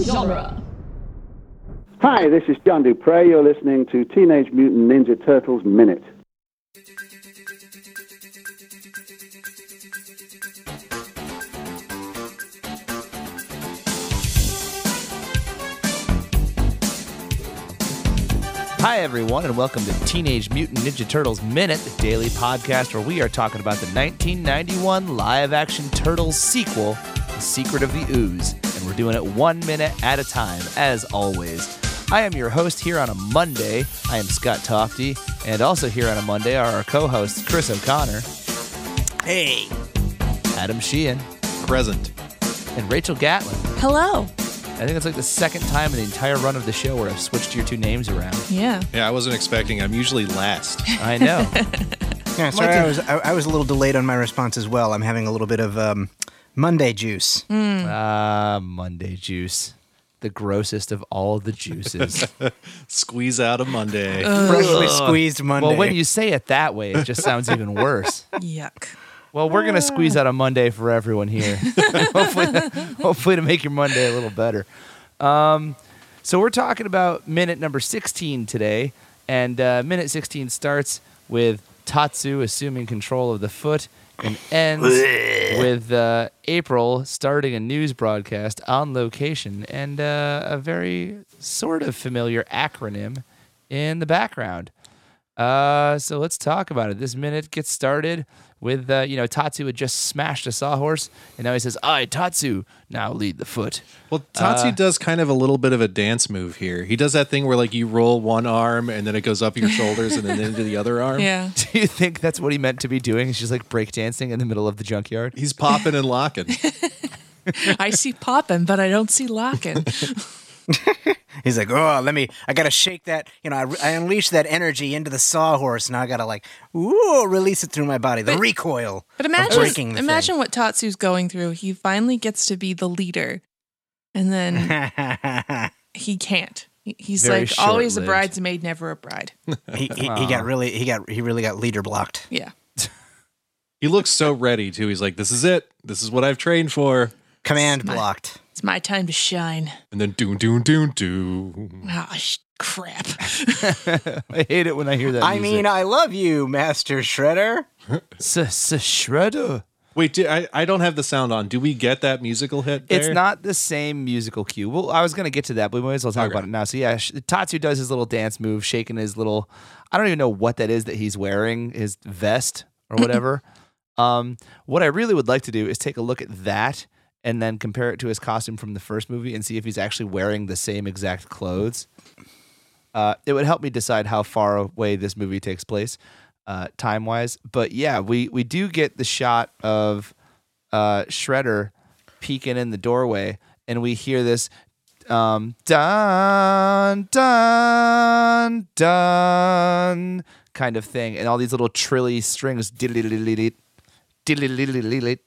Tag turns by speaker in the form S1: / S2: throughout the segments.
S1: genre.
S2: Hi, this is John Dupre. You're listening to Teenage Mutant Ninja Turtles Minute.
S3: Hi, everyone, and welcome to Teenage Mutant Ninja Turtles Minute, the daily podcast where we are talking about the 1991 live action Turtles sequel, The Secret of the Ooze, and we're doing it one minute at a time, as always. I am your host here on a Monday. I am Scott Tofty, and also here on a Monday are our co hosts Chris O'Connor,
S4: Hey.
S3: Adam Sheehan,
S4: Present.
S3: and Rachel Gatlin.
S1: Hello.
S3: I think that's like the second time in the entire run of the show where I've switched your two names around.
S1: Yeah.
S4: Yeah, I wasn't expecting. I'm usually last.
S3: I know.
S5: Yeah, sorry, I was I, I was a little delayed on my response as well. I'm having a little bit of um, Monday juice.
S1: Mm.
S3: Ah, Monday juice. The grossest of all the juices.
S4: Squeeze out a Monday.
S1: Uh,
S5: Freshly squeezed Monday.
S3: well, when you say it that way, it just sounds even worse.
S1: Yuck.
S3: Well, we're going to squeeze out a Monday for everyone here. hopefully, hopefully, to make your Monday a little better. Um, so, we're talking about minute number 16 today. And uh, minute 16 starts with Tatsu assuming control of the foot and ends with uh, April starting a news broadcast on location and uh, a very sort of familiar acronym in the background. Uh, so let's talk about it. This minute gets started with uh, you know Tatsu had just smashed a sawhorse, and now he says, "I Tatsu now lead the foot."
S4: Well,
S1: uh.
S4: Tatsu does kind of a little bit of a dance move here. He does that thing where like you roll one arm and then it goes up your shoulders and then into the other arm.
S1: Yeah.
S3: Do you think that's what he meant to be doing? She's like breakdancing in the middle of the junkyard.
S4: He's popping and locking.
S1: I see popping, but I don't see locking.
S5: he's like, "Oh, let me, I gotta shake that, you know, I, I unleash that energy into the sawhorse. Now I gotta like, ooh, release it through my body. The recoil.
S1: But
S5: of breaking
S1: imagine
S5: the
S1: imagine what Tatsu's going through. He finally gets to be the leader. And then
S5: thing.
S1: he can't. He- He's
S3: Very
S1: like always a
S3: short-lived.
S1: bridesmaid, never a bride.
S5: he, he, he got really he got he really got leader blocked.
S1: Yeah.
S4: he looks so ready too. He's like, "This is it. This is what I've trained for."
S5: Command
S1: Smart.
S5: blocked.
S1: It's my time to shine.
S4: And then doom doom doom doom.
S1: Ah, sh- crap.
S3: I hate it when I hear that.
S5: I mean, uh, I love you, Master Shredder.
S3: Shredder.
S4: Wait, do, I I don't have the sound on. Do we get that musical hit?
S3: It's
S4: there?
S3: not the same musical cue. Well, I was going to get to that, but we might as well talk
S4: Okay.
S3: about it now. So yeah, sh- Tatsu does his little dance move, shaking his little. I don't even know what that is that he's wearing, his vest or whatever. um, what I really would like to do is take a look at that and then compare it to his costume from the first movie and see if he's actually wearing the same exact clothes. Uh, it would help me decide how far away this movie takes place, uh, time wise. But yeah, we we do get the shot of uh, Shredder peeking in the doorway, and we hear this um, dun dun dun kind of thing, and all these little trilly strings. diddly-diddly-diddly, diddly-diddly-diddly.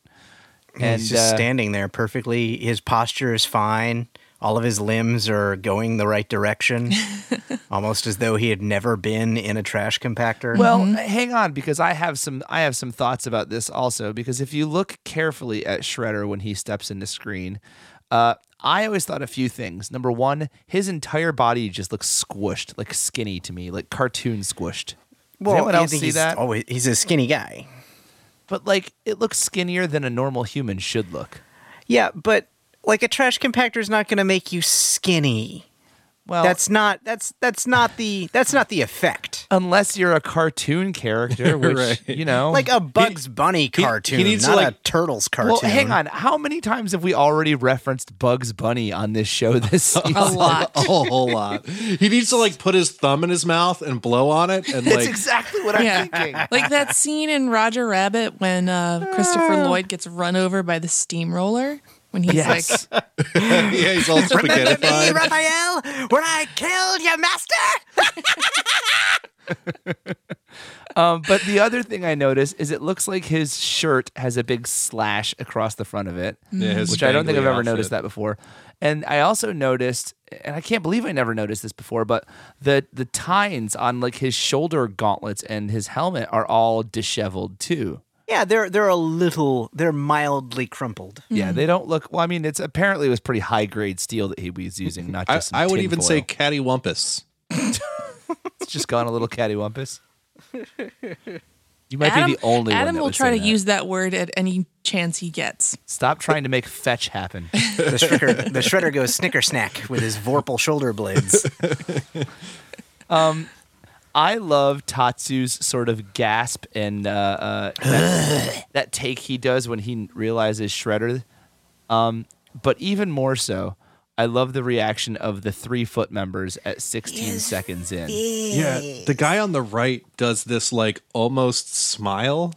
S3: And
S5: he's just
S3: uh,
S5: standing there perfectly. His posture is fine. All of his limbs are going the right direction, almost as though he had never been in a trash compactor.
S3: Well, hang on because I have some I have some thoughts about this also because if you look carefully at Shredder when he steps into screen, uh, I always thought a few things. Number one, his entire body just looks squished, like skinny to me, like cartoon squished. Well, Does anyone
S5: I
S3: else
S5: think
S3: see
S5: he's
S3: that?
S5: Always, Oh, he's a skinny guy.
S3: But like, it looks skinnier than a normal human should look.
S5: Yeah, but like a trash compactor is not going to make you skinny.
S3: Well,
S5: that's not that's that's not the that's not the effect.
S3: unless you're a cartoon character, which
S4: Right.
S3: you know,
S5: Like a Bugs Bunny cartoon,
S4: needs to,
S5: not
S4: like-
S5: a Turtles cartoon.
S3: Well, hang on. How many times have we already referenced Bugs Bunny on this show this season?
S1: A lot.
S4: a whole lot. He needs to like put his thumb in his mouth and blow on it and
S3: That's
S4: like
S3: exactly what I'm
S1: Yeah.
S3: thinking. Ah.
S1: Like that scene in Roger Rabbit when uh, Christopher Lloyd gets run over by the steamroller when he's like
S3: Yes.
S4: yeah, he's all
S5: Me,
S4: spaghettified.
S5: Raphael, when I killed your master.
S3: um, but the other thing I noticed is it looks like his shirt has a big slash across the front of it,
S4: Yeah, his
S3: which I don't think I've
S4: spangly
S3: ever noticed
S4: outfit.
S3: that before. And I also noticed, and I can't believe I never noticed this before, but the the tines on like his shoulder gauntlets and his helmet are all disheveled too.
S5: Yeah, they're they're a little, they're mildly crumpled.
S3: Yeah, they don't look. Well, I mean, it's apparently it was pretty high grade steel that he was using, not
S4: I,
S3: just. some
S4: I would
S3: tin
S4: even
S3: foil.
S4: say cattywampus.
S3: it's just gone a little cattywampus. You might
S1: Adam,
S3: be the only one
S1: Adam
S3: that
S1: will
S3: would
S1: try
S3: say
S1: to
S3: that.
S1: use that word at any chance he gets.
S3: Stop trying to make fetch happen.
S5: The shredder, the shredder goes snicker snack with his vorpal shoulder blades.
S3: I love Tatsu's sort of gasp and uh, uh, that, that take he does when he realizes Shredder. Um, but even more so, I love the reaction of the three foot members at 16 seconds in.
S4: Yeah. The guy on the right does this like almost smile.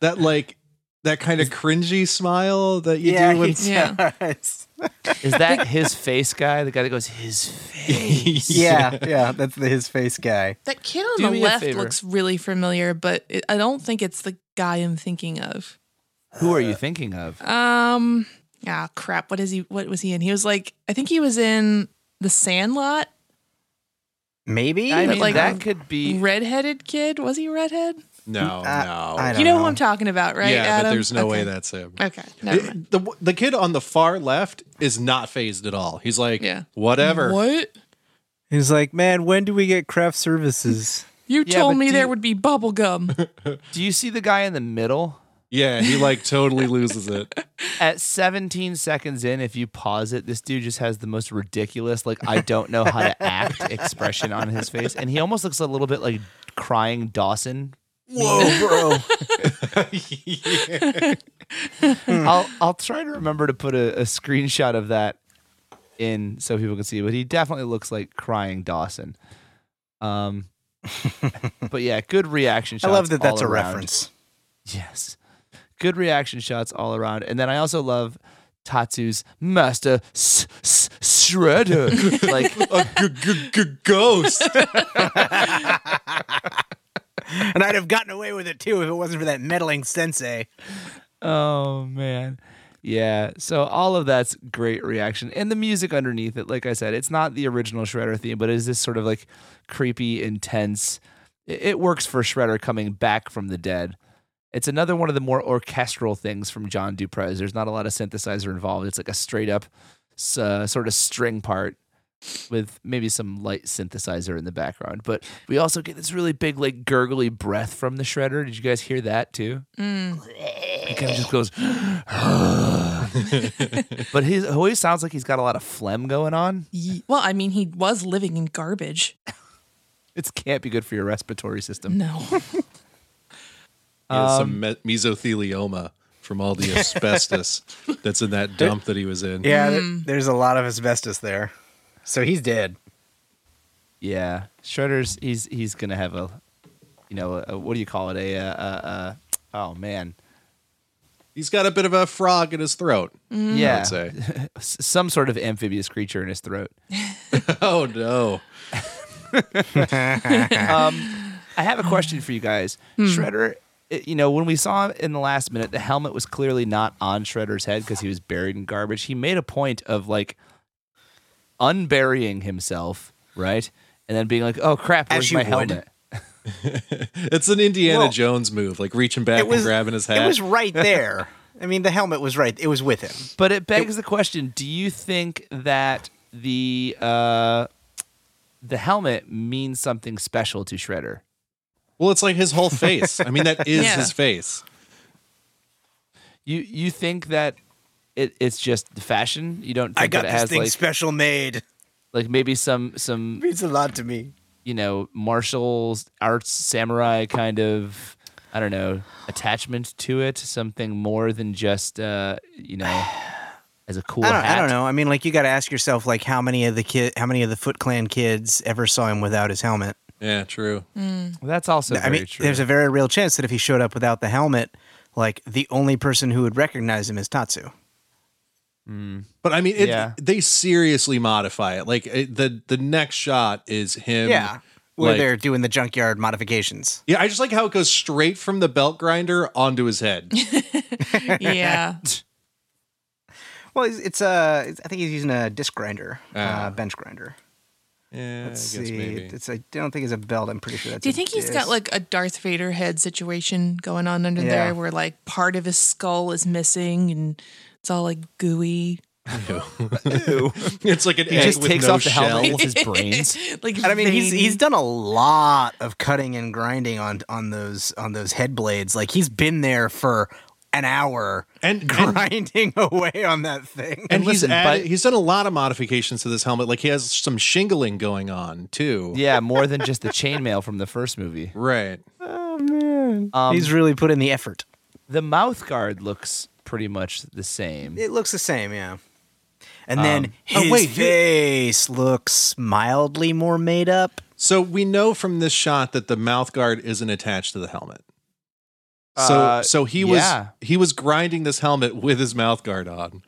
S4: that like that kind of cringy smile that you
S5: yeah,
S4: do when
S5: he
S1: Yeah.
S5: does.
S3: Is that his face guy? The guy that goes, his face.
S5: yeah, yeah, that's the his face guy.
S1: That kid on
S3: Do
S1: the
S3: me a
S1: left
S3: favor.
S1: looks really familiar, but it, I don't think it's the guy I'm thinking of.
S3: Who are you thinking of?
S1: Um, ah, crap. What is he? What was he in? He was like, I think he was in The Sandlot.
S5: Maybe.
S3: I mean,
S1: like,
S3: that
S1: um,
S3: could be.
S1: Redheaded kid. Was he redhead?
S4: No,
S5: I-
S4: no.
S5: I don't
S1: You know,
S5: know.
S1: who I'm talking about, right?
S4: yeah,
S1: Adam?
S4: but there's no
S1: okay.
S4: way that's him.
S1: Okay, never mind.
S4: It- the the kid on the far left is not phased at all. He's like,
S1: Yeah.
S4: whatever.
S1: What?
S5: He's like, man, when do we get craft services?
S1: You
S3: Yeah,
S1: told
S3: but
S1: me
S3: do
S1: there
S3: you-
S1: would be bubble gum.
S3: Do you see the guy in the middle?
S4: Yeah, he like totally loses it.
S3: At 17 seconds in, if you pause it, this dude just has the most ridiculous, like, I don't know how to act expression on his face. And he almost looks a little bit like crying Dawson. Whoa, bro.
S5: Mm.
S3: I'll, I'll try to remember to put a, a screenshot of that in so people can see, but he definitely looks like crying Dawson. Um, but yeah, good reaction
S5: I
S3: shots.
S5: love that that's
S3: all
S5: a
S3: around.
S5: reference.
S3: Yes. Good reaction shots all around. And then I also love Tatsu's Master S- S- Shredder. like,
S4: A g- g- g- ghost.
S5: And I'd have gotten away with it too if it wasn't for that meddling sensei.
S3: oh, man. Yeah. So all of that's great reaction. And the music underneath it, like I said, it's not the original Shredder theme, but it is this sort of like creepy, intense. It, it works for Shredder coming back from the dead. It's another one of the more orchestral things from John Duprez. There's not a lot of synthesizer involved. It's like a straight up s- uh, sort of string part with maybe some light synthesizer in the background. But we also get this really big, like gurgly breath from the shredder. Did you guys hear that too? He kind of just goes, but he always sounds like he's got a lot of phlegm going on.
S1: Ye- well, I mean, he was living in garbage.
S3: It can't be good for your respiratory system.
S1: No.
S4: He has
S1: Um,
S4: some me- mesothelioma from all the asbestos that's in that dump that he was in.
S5: Yeah, there- there's a lot of asbestos there. So he's dead.
S3: Yeah, Shredder's he's he's gonna have a, you know, a, what do you call it? A, uh uh uh oh man,
S4: He's got a bit of a frog in his throat. Mm. I
S3: yeah,
S4: would say.
S3: s- some sort of amphibious creature in his throat.
S4: Oh no.
S3: I
S5: Oh.
S3: have a question for you guys.
S5: Hmm.
S3: Shredder, it- you know, when we saw him in the last minute, the helmet was clearly not on Shredder's head because he was buried in garbage. He made a point of like unburying himself, right? And then being like, oh crap,
S5: As
S3: where's
S5: you
S3: my
S5: would.
S3: helmet?
S4: It's an Indiana
S5: Well,
S4: Jones move, like reaching back and grabbing his hat.
S5: It was right there. I mean, the helmet was right. It was with him.
S3: But it begs the question do you think that the, uh, the helmet means something special to Shredder?
S4: well, it's like his whole face. I mean, that is
S1: Yeah.
S4: his face.
S3: You you think that it, it's just the fashion? You don't think that it has like,
S5: special made.
S3: like maybe some some
S5: Means a lot to me.
S3: you know, martial arts samurai kind of I don't know attachment to it, something more than just uh, you know as a cool
S5: I don't,
S3: hat.
S5: I don't know. I mean, like you got to ask yourself, like how many of the kid, how many of the Foot Clan kids ever saw him without his helmet?
S4: Yeah, true.
S3: That's also
S5: I
S3: very
S5: mean,
S3: true.
S5: there's a very real chance that if he showed up without the helmet, like the only person who would recognize him is Tatsu.
S4: But I mean, it,
S3: Yeah.
S4: they seriously modify it. Like it, the the next shot is him.
S5: where
S4: like-
S5: they're doing the junkyard modifications.
S4: Yeah, I just like how it goes straight from the belt grinder onto his head.
S1: yeah.
S5: Well, it's, it's uh, it's, I think he's using a disc grinder, uh,
S4: Ah.
S5: bench grinder.
S4: Yeah,
S5: Let's
S4: I guess
S5: see.
S4: maybe.
S5: It's I don't think it's a belt. I'm pretty sure that's.
S1: Do you
S5: a
S1: think he's
S5: disc.
S1: got like a Darth Vader head situation going on under
S5: Yeah.
S1: there where like part of his skull is missing and it's all like gooey?
S4: it's like an
S3: He
S4: egg
S3: just
S4: with
S3: takes
S4: no
S3: off the
S4: shell.
S3: helmet. It's his brains.
S1: like
S5: And I mean, he's
S1: veiny.
S5: he's done a lot of cutting and grinding on on those on those head blades. Like he's been there for an hour
S4: And- and-
S5: grinding away on that thing.
S4: And he's
S3: listen,
S4: added,
S3: but-
S4: he's done a lot of modifications to this helmet. Like he has some shingling going on too.
S3: yeah, more than just the chainmail from the first movie.
S4: Right.
S5: he's really put in the effort.
S3: The mouth guard looks pretty much the same.
S5: It looks the same, yeah. And then
S4: oh,
S5: his
S4: wait, you-
S5: face looks mildly more made up.
S4: So we know from this shot that the mouth guard isn't attached to the helmet. So
S3: Uh,
S4: so he
S3: yeah.
S4: was he was grinding this helmet with his mouth guard on.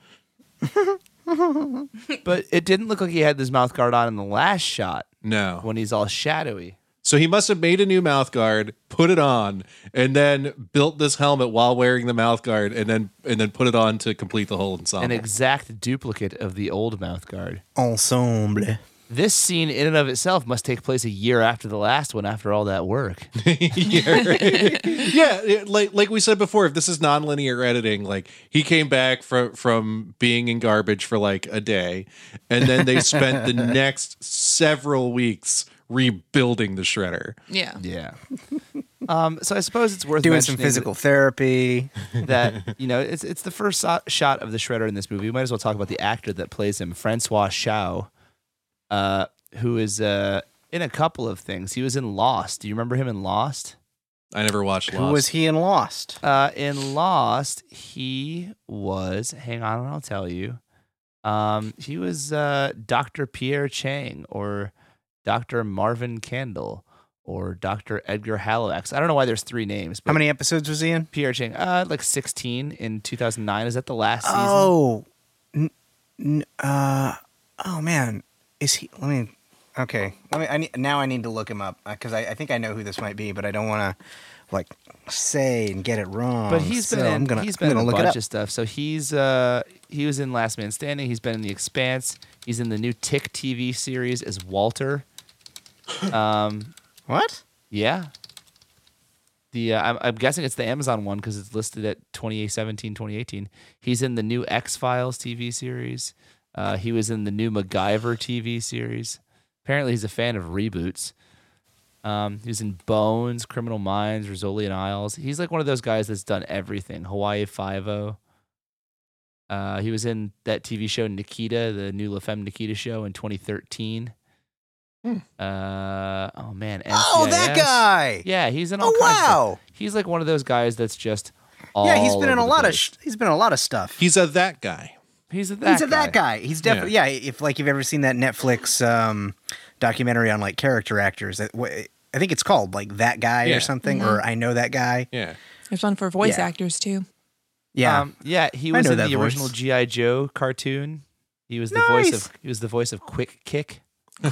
S3: But it didn't look like he had this mouth guard on in the last shot
S4: No.
S3: when he's all shadowy.
S4: So he must have made a new mouth guard, put it on, and then built this helmet while wearing the mouth guard, and then and then put it on to complete the whole ensemble.
S3: An
S5: Oh.
S3: exact duplicate of the old mouth guard.
S5: Ensemble.
S3: This scene in and of itself must take place a year after the last one after all that work.
S4: yeah, right. Yeah, it- like like we said before, if this is nonlinear editing, like he came back from from being in garbage for like a day, and then they spent the next several weeks rebuilding the shredder.
S1: yeah.
S3: Yeah. Um, so I suppose it's worth
S5: Doing some
S3: mentioning that-
S5: physical therapy.
S3: that you know it's it's the first so- shot of the shredder in this movie. We might as well talk about the actor that plays him, Francois Chao, uh, who is uh, in a couple of things. He was in Lost. Do you remember him in Lost?
S4: I never watched Lost.
S5: Who was he in Lost?
S3: Uh, in Lost, he was. Hang on, and I'll tell you. Um, he was uh, Dr. Pierre Chang or Dr. Marvin Candle or Dr. Edgar Halifax. I don't know why there's three names. But
S5: How many episodes was he in?
S3: Pierre Chang, uh, like 16 in 2009. Is that the last season?
S5: Oh, n- n- uh, oh man, is he? Let me. Okay, let me. I need, now I need to look him up because I, I think I know who this might be, but I don't want to like say and get it wrong.
S3: But he's been
S5: So
S3: in,
S5: I'm gonna,
S3: he's
S5: I'm
S3: been in
S5: gonna
S3: a
S5: look it
S3: bunch
S5: up.
S3: of stuff. So he's uh he was in Last Man Standing. He's been in The Expanse. He's in the new Tick TV series as Walter.
S5: what?
S3: Yeah. The uh, I'm, I'm guessing it's the Amazon one because it's listed at 2017, 2018. He's in the new X Files TV series. Uh, he was in the new MacGyver TV series. Apparently, he's a fan of reboots. Um, he was in Bones, Criminal Minds, Rizzoli and Isles. He's like one of those guys that's done everything. Hawaii Five O. Uh, he was in that TV show Nikita, the new La Femme Nikita show in 2013. Uh, oh man.
S5: Hmm. Oh, that
S3: NCIS.
S5: guy.
S3: Yeah, he's in all
S5: Oh
S3: kinds of-
S5: wow.
S3: He's like one of those guys that's just all
S5: Yeah, he's been in
S3: over
S5: a
S3: the
S5: lot of
S3: place.
S5: sh- he's been in a lot of stuff.
S4: He's a that guy.
S3: He's a that
S5: he's
S3: guy.
S5: a that guy. He's definitely yeah. If like you've ever seen that Netflix um, documentary on like character actors, that wh- I think it's called like that guy
S4: Yeah.
S5: or something, or I know that guy.
S4: Yeah.
S1: There's one for voice
S5: Yeah.
S1: actors too.
S5: Yeah,
S3: Um, yeah, he
S5: I
S3: was
S5: know
S3: in the
S5: that voice.
S3: original GI Joe cartoon. He was the voice
S5: Nice.
S3: of he was the voice of Quick Kick.
S5: Uh,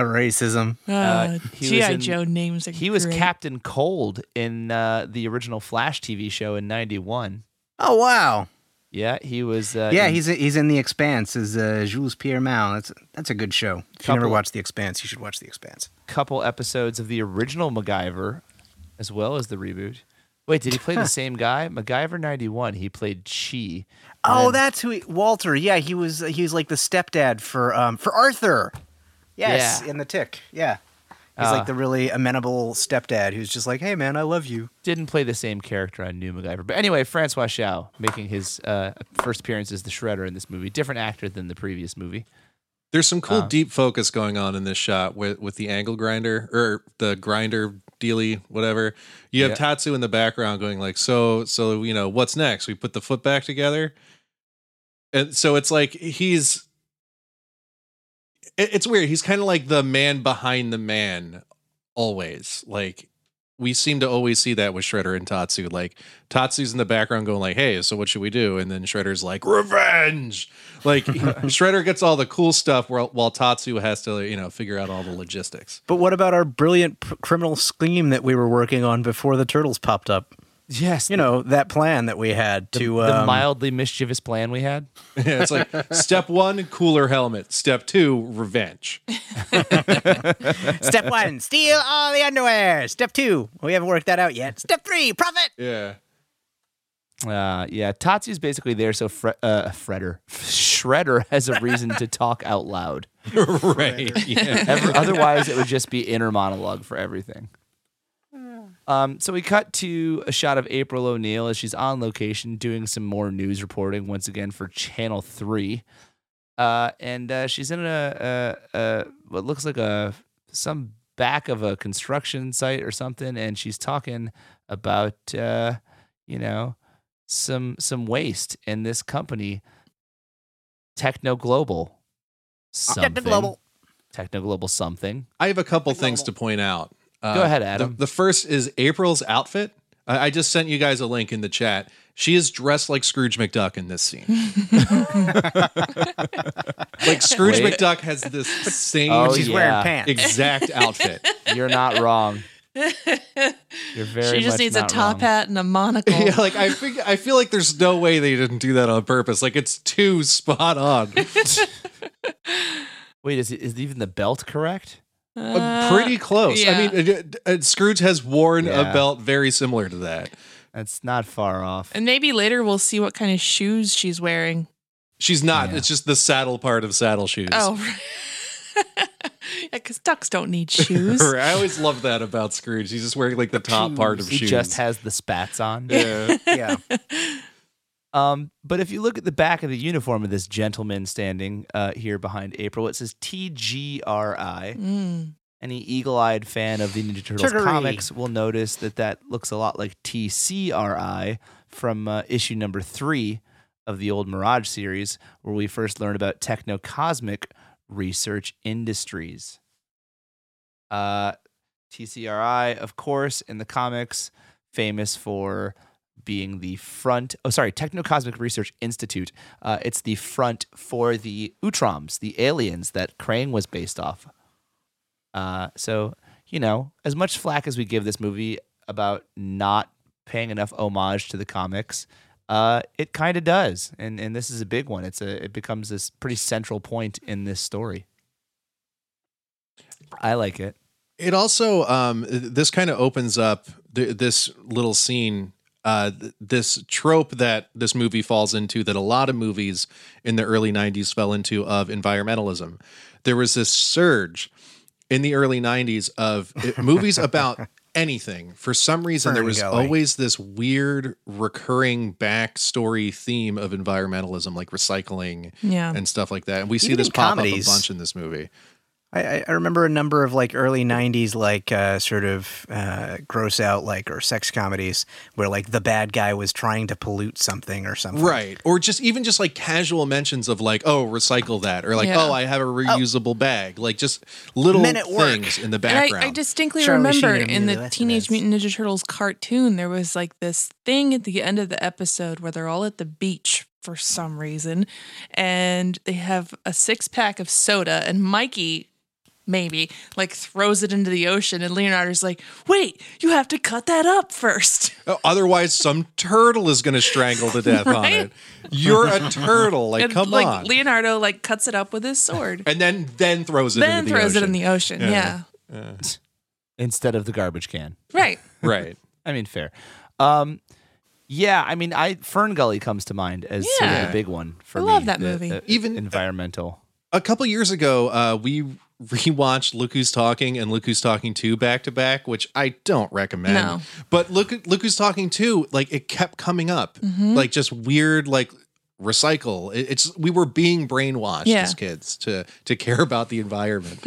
S5: racism.
S1: Uh,
S3: he was
S1: G.I.
S3: in-
S1: Joe names are
S3: He was
S1: great.
S3: Captain Cold in uh, the original Flash TV show in '91.
S5: Oh wow.
S3: Yeah, he was. Uh,
S5: Yeah,
S3: in-
S5: he's he's in The Expanse as uh, Jules Pierre Mal. That's that's a good show. If you never
S3: Couple-
S5: watched The Expanse, you should watch The Expanse.
S3: couple episodes of the original MacGyver, as well as the reboot. Wait, did he play the same guy? MacGyver '91. He played Chi.
S5: Oh,
S3: then-
S5: that's who he, Walter. Yeah, he was he was like the stepdad for um for Arthur. Yes,
S3: Yeah.
S5: in The Tick. Yeah. Ah. He's
S3: Uh.
S5: like the really amenable stepdad who's just like, "Hey man, I love you."
S3: didn't play the same character on New MacGyver. But anyway, Francois Chao making his uh, first appearance as the Shredder in this movie. Different actor than the previous movie.
S4: There's some cool deep focus going on in this shot with with the angle grinder or the grinder dealy whatever. You have
S3: Yeah.
S4: Tatsu in the background going like, so so you know what's next? We put the foot back together, and so it's like he's. it- It's weird. He's kind of like the man behind the man, always. Like we seem to always see that with Shredder and Tatsu. Like Tatsu's in the background going like, "Hey, so what should we do?" And then Shredder's like, "Revenge!" Like Shredder gets all the cool stuff, while, while Tatsu has to, you know, figure out all the logistics.
S5: But what about our brilliant pr- criminal scheme that we were working on before the turtles popped up?
S3: Yes.
S5: You know that plan that we had
S3: the,
S5: to
S3: the
S5: um,
S3: mildly mischievous plan we had.
S4: Yeah, it's like step one, cooler helmet. Step two, revenge.
S5: Step one, steal all the underwear. Step two, we haven't worked that out yet. Step three, profit.
S4: Yeah.
S3: Uh, yeah, Tatsu's basically there so Fre- uh, Fredder Shredder has a reason to talk out loud.
S4: right. Yeah.
S3: Ever, otherwise, it would just be inner monologue for everything. Um, so we cut to a shot of April O'Neil as she's on location doing some more news reporting once again for Channel Three, uh, and uh, she's in a, a, a what looks like a some back of a construction site or something, and she's talking about uh, you know some some waste in this company, Techno Global.
S5: Step to Uh, global.
S3: Techno Global something.
S4: I have a couple things to point out. Uh,
S3: Go ahead,
S4: the-
S3: Adam.
S4: The, first is April's outfit. I, I just sent you guys a link in the chat. She is dressed like Scrooge McDuck in this scene. like Scrooge
S3: Wait.
S4: McDuck has this same
S3: Oh,
S5: She's
S3: yeah. Oh.
S5: wearing pants.
S4: exact outfit.
S3: You're not wrong. You're very.
S1: she just
S3: much
S1: needs a
S3: not
S1: top
S3: wrong.
S1: hat and a monocle.
S4: Yeah, like I think I feel like there's no way they didn't do that on purpose. Like it's too spot on.
S3: Wait, is is even the belt correct?
S4: Uh, Pretty close.
S1: yeah.
S4: I mean, uh, uh, Scrooge has worn
S3: Yeah.
S4: a belt very similar to that.
S3: That's not far off.
S1: And maybe later we'll see what kind of shoes she's wearing.
S4: She's not.
S3: Yeah.
S4: It's just the saddle part of saddle shoes.
S1: Oh, right. yeah, because ducks don't need shoes.
S4: I always love that about Scrooge. He's just wearing like the top part of
S3: He
S4: shoes.
S3: just has the spats on.
S4: yeah.
S5: yeah.
S3: Um, but if you look at the back of the uniform of this gentleman standing uh, here behind April, it says TGRI.
S1: Mm.
S3: Any eagle-eyed fan of the Ninja Turtles
S5: Turgery.
S3: comics will notice that that looks a lot like TCRI from uh, issue number three of the old Mirage series, where we first learned about Technocosmic Research Industries. Uh, TCRI, of course, in the comics, famous for being the front. Oh, sorry, Technocosmic Research Institute. Uh, it's the front for the Utroms, the aliens that Krang was based off. Uh, so you know, as much flack as we give this movie about not paying enough homage to the comics, uh, it kind of does, and and this is a big one. It's a it becomes this pretty central point in this story. I like it.
S4: It also um th- this kind of opens up th- this little scene uh th- this trope that this movie falls into that a lot of movies in the early 90s fell into of environmentalism. There was this surge in the early 90s of it- movies about anything. For some reason there was
S5: Ferngully.
S4: always this weird recurring backstory theme of environmentalism like recycling
S1: Yeah.
S4: and stuff like that. And we see
S5: Even
S4: this
S5: in
S4: pop
S5: comedies.
S4: up a bunch in this movie.
S5: I, I- I remember a number of like early '90s, like uh, sort of uh, gross out, like or sex comedies, where like the bad guy was trying to pollute something or something.
S4: right or just even just like casual mentions of like oh recycle that or like
S1: Yeah.
S4: oh i have a reusable bag like just little
S5: Men at work.
S4: things in the
S1: And
S4: background
S1: I, I distinctly
S5: Charlie
S1: remember
S5: Sheen and
S1: in
S5: Amelia
S1: the
S5: Lester
S1: Teenage
S5: Dads.
S1: Mutant Ninja Turtles cartoon, there was like this thing at the end of the episode where they're all at the beach for some reason, and they have a six pack of soda, and Mikey. Maybe like throws it into the ocean, and Leonardo's like, "Wait, you have to cut that up first.
S4: Uh, otherwise some turtle is going to strangle to death on
S1: Right?
S4: it you're a turtle like
S1: and
S4: come
S1: like
S4: on
S1: Leonardo like cuts it up with his sword,
S4: and then then throws it
S1: then
S4: into the
S1: throws
S4: ocean.
S1: it in the ocean. Yeah,
S3: Instead of the garbage can.
S1: right.
S4: right
S3: I mean, fair. Um, yeah, I mean, I Fern Gully comes to mind as sort of
S1: Yeah.
S3: the big one for
S1: I
S3: me.
S1: love that
S3: the-
S1: movie.
S3: the
S4: Even-
S3: environmental.
S4: a couple years ago uh we rewatched look who's talking and look who's talking 2 back to back which i don't recommend
S1: No.
S4: but look look who's talking 2 like it kept coming up
S1: Mm-hmm.
S4: like just weird like recycle It- it's we were being brainwashed
S1: Yeah.
S4: as kids to to care about the environment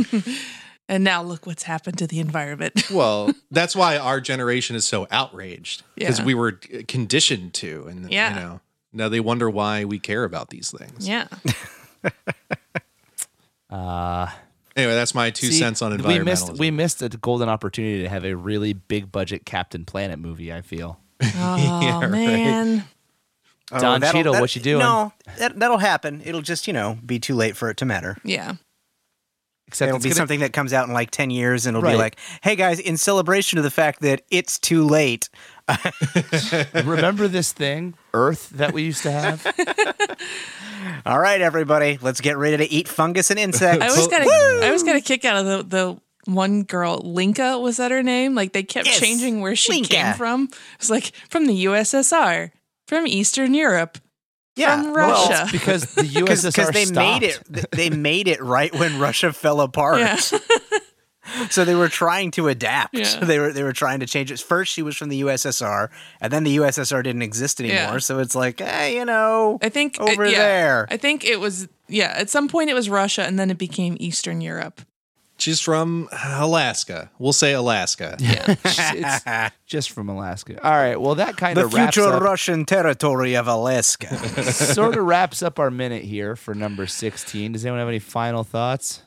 S1: And now look what's happened to the environment.
S4: well that's why our generation is so outraged because
S1: Yeah.
S4: we were uh, conditioned to and
S1: Yeah.
S4: you know now they wonder why we care about these things
S1: yeah,
S3: Uh,
S4: anyway that's my two
S3: see,
S4: cents on
S3: We missed,
S4: environmentalism
S3: we missed a golden opportunity to have a really big budget Captain Planet movie. I feel.
S1: oh
S4: right.
S1: man.
S5: Oh,
S3: Don
S5: that'll-
S3: Cheadle,
S5: that-
S3: what you doing?
S5: No, that, that'll happen. It'll just you know be too late for it to matter.
S1: Yeah.
S3: Except
S5: it'll
S3: it's
S5: be
S3: gonna-
S5: something that comes out in like 10 years and it'll
S3: Right.
S5: be like hey guys in celebration of the fact that it's too late
S3: Remember this thing, Earth, that we used to have?
S5: All right, everybody, let's get ready to eat fungus and insects.
S1: I always got a, I always got a kick out of the the one girl, Linka, was that her name? Like they kept
S5: Yes,
S1: changing where she came
S5: Linka.
S1: from. It was like from the USSR, from Eastern Europe,
S5: yeah,
S1: from
S5: well,
S1: Russia.
S3: It's because the
S5: because
S3: USSR
S5: they
S3: stopped.
S5: made it th- they made it right when Russia fell apart.
S1: Yeah.
S5: so they were trying to adapt.
S1: Yeah.
S5: They were they were trying to change it. First she was from the USSR and then the USSR didn't exist
S1: Yeah.
S5: anymore. So it's like, eh, you know,
S1: I think uh,
S5: over
S1: yeah,
S5: there.
S1: I think it was yeah. At some point, it was Russia, and then it became Eastern Europe.
S4: She's from Alaska. We'll say Alaska.
S3: it's just from Alaska. All right. Well, that kind
S5: the
S3: of wraps
S5: future
S3: up,
S5: Russian territory of Alaska.
S3: sort of wraps up our minute here for number sixteen. Does anyone have any final thoughts?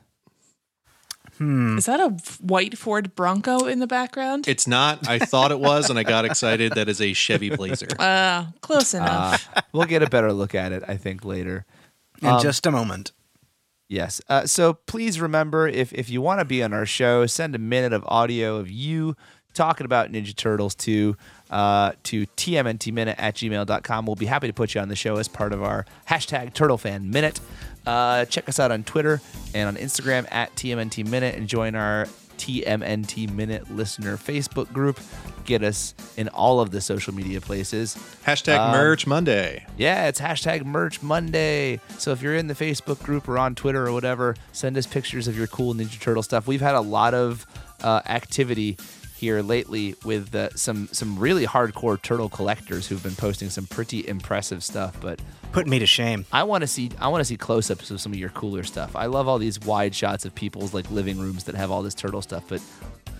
S5: Hmm.
S1: Is that a white Ford Bronco in the background?
S4: It's not. I thought it was, and I got excited. That is a Chevy Blazer.
S1: uh,
S5: Ah.
S1: close enough.
S3: We'll get a better look at it, I think, later.
S5: In
S1: Um,
S5: just a moment.
S3: Yes. Uh, so please remember if, if you want to be on our show, send a minute of audio of you talking about Ninja Turtles to uh, to tmntminute at gmail.com. We'll be happy to put you on the show as part of our hashtag TurtleFan Minute. Uh, check us out on Twitter and on Instagram at TMNT Minute and join our TMNT Minute listener Facebook group. Get us in all of the social media places.
S4: Hashtag Merch Monday.
S3: Yeah, it's hashtag merch Monday. So if you're in the Facebook group or on Twitter or whatever, send us pictures of your cool Ninja Turtle stuff. We've had a lot of uh, activity here lately with uh, some some really hardcore turtle collectors who've been posting some pretty impressive stuff. But
S5: Put me to shame.
S3: I want to see I want to see close ups of some of your cooler stuff. I love all these wide shots of people's like living rooms that have all this turtle stuff. But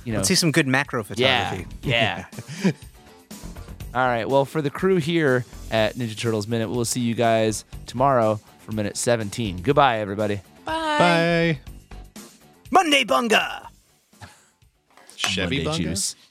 S3: you know,
S5: Let's see some good macro
S3: yeah.
S5: photography.
S3: Yeah. All right. Well, for the crew here at Ninja Turtles Minute, we'll see you guys tomorrow for minute 17. Goodbye, everybody.
S4: Bye.
S5: Monday bunga.
S4: Chevy
S3: Monday
S4: Bunga.
S3: juice.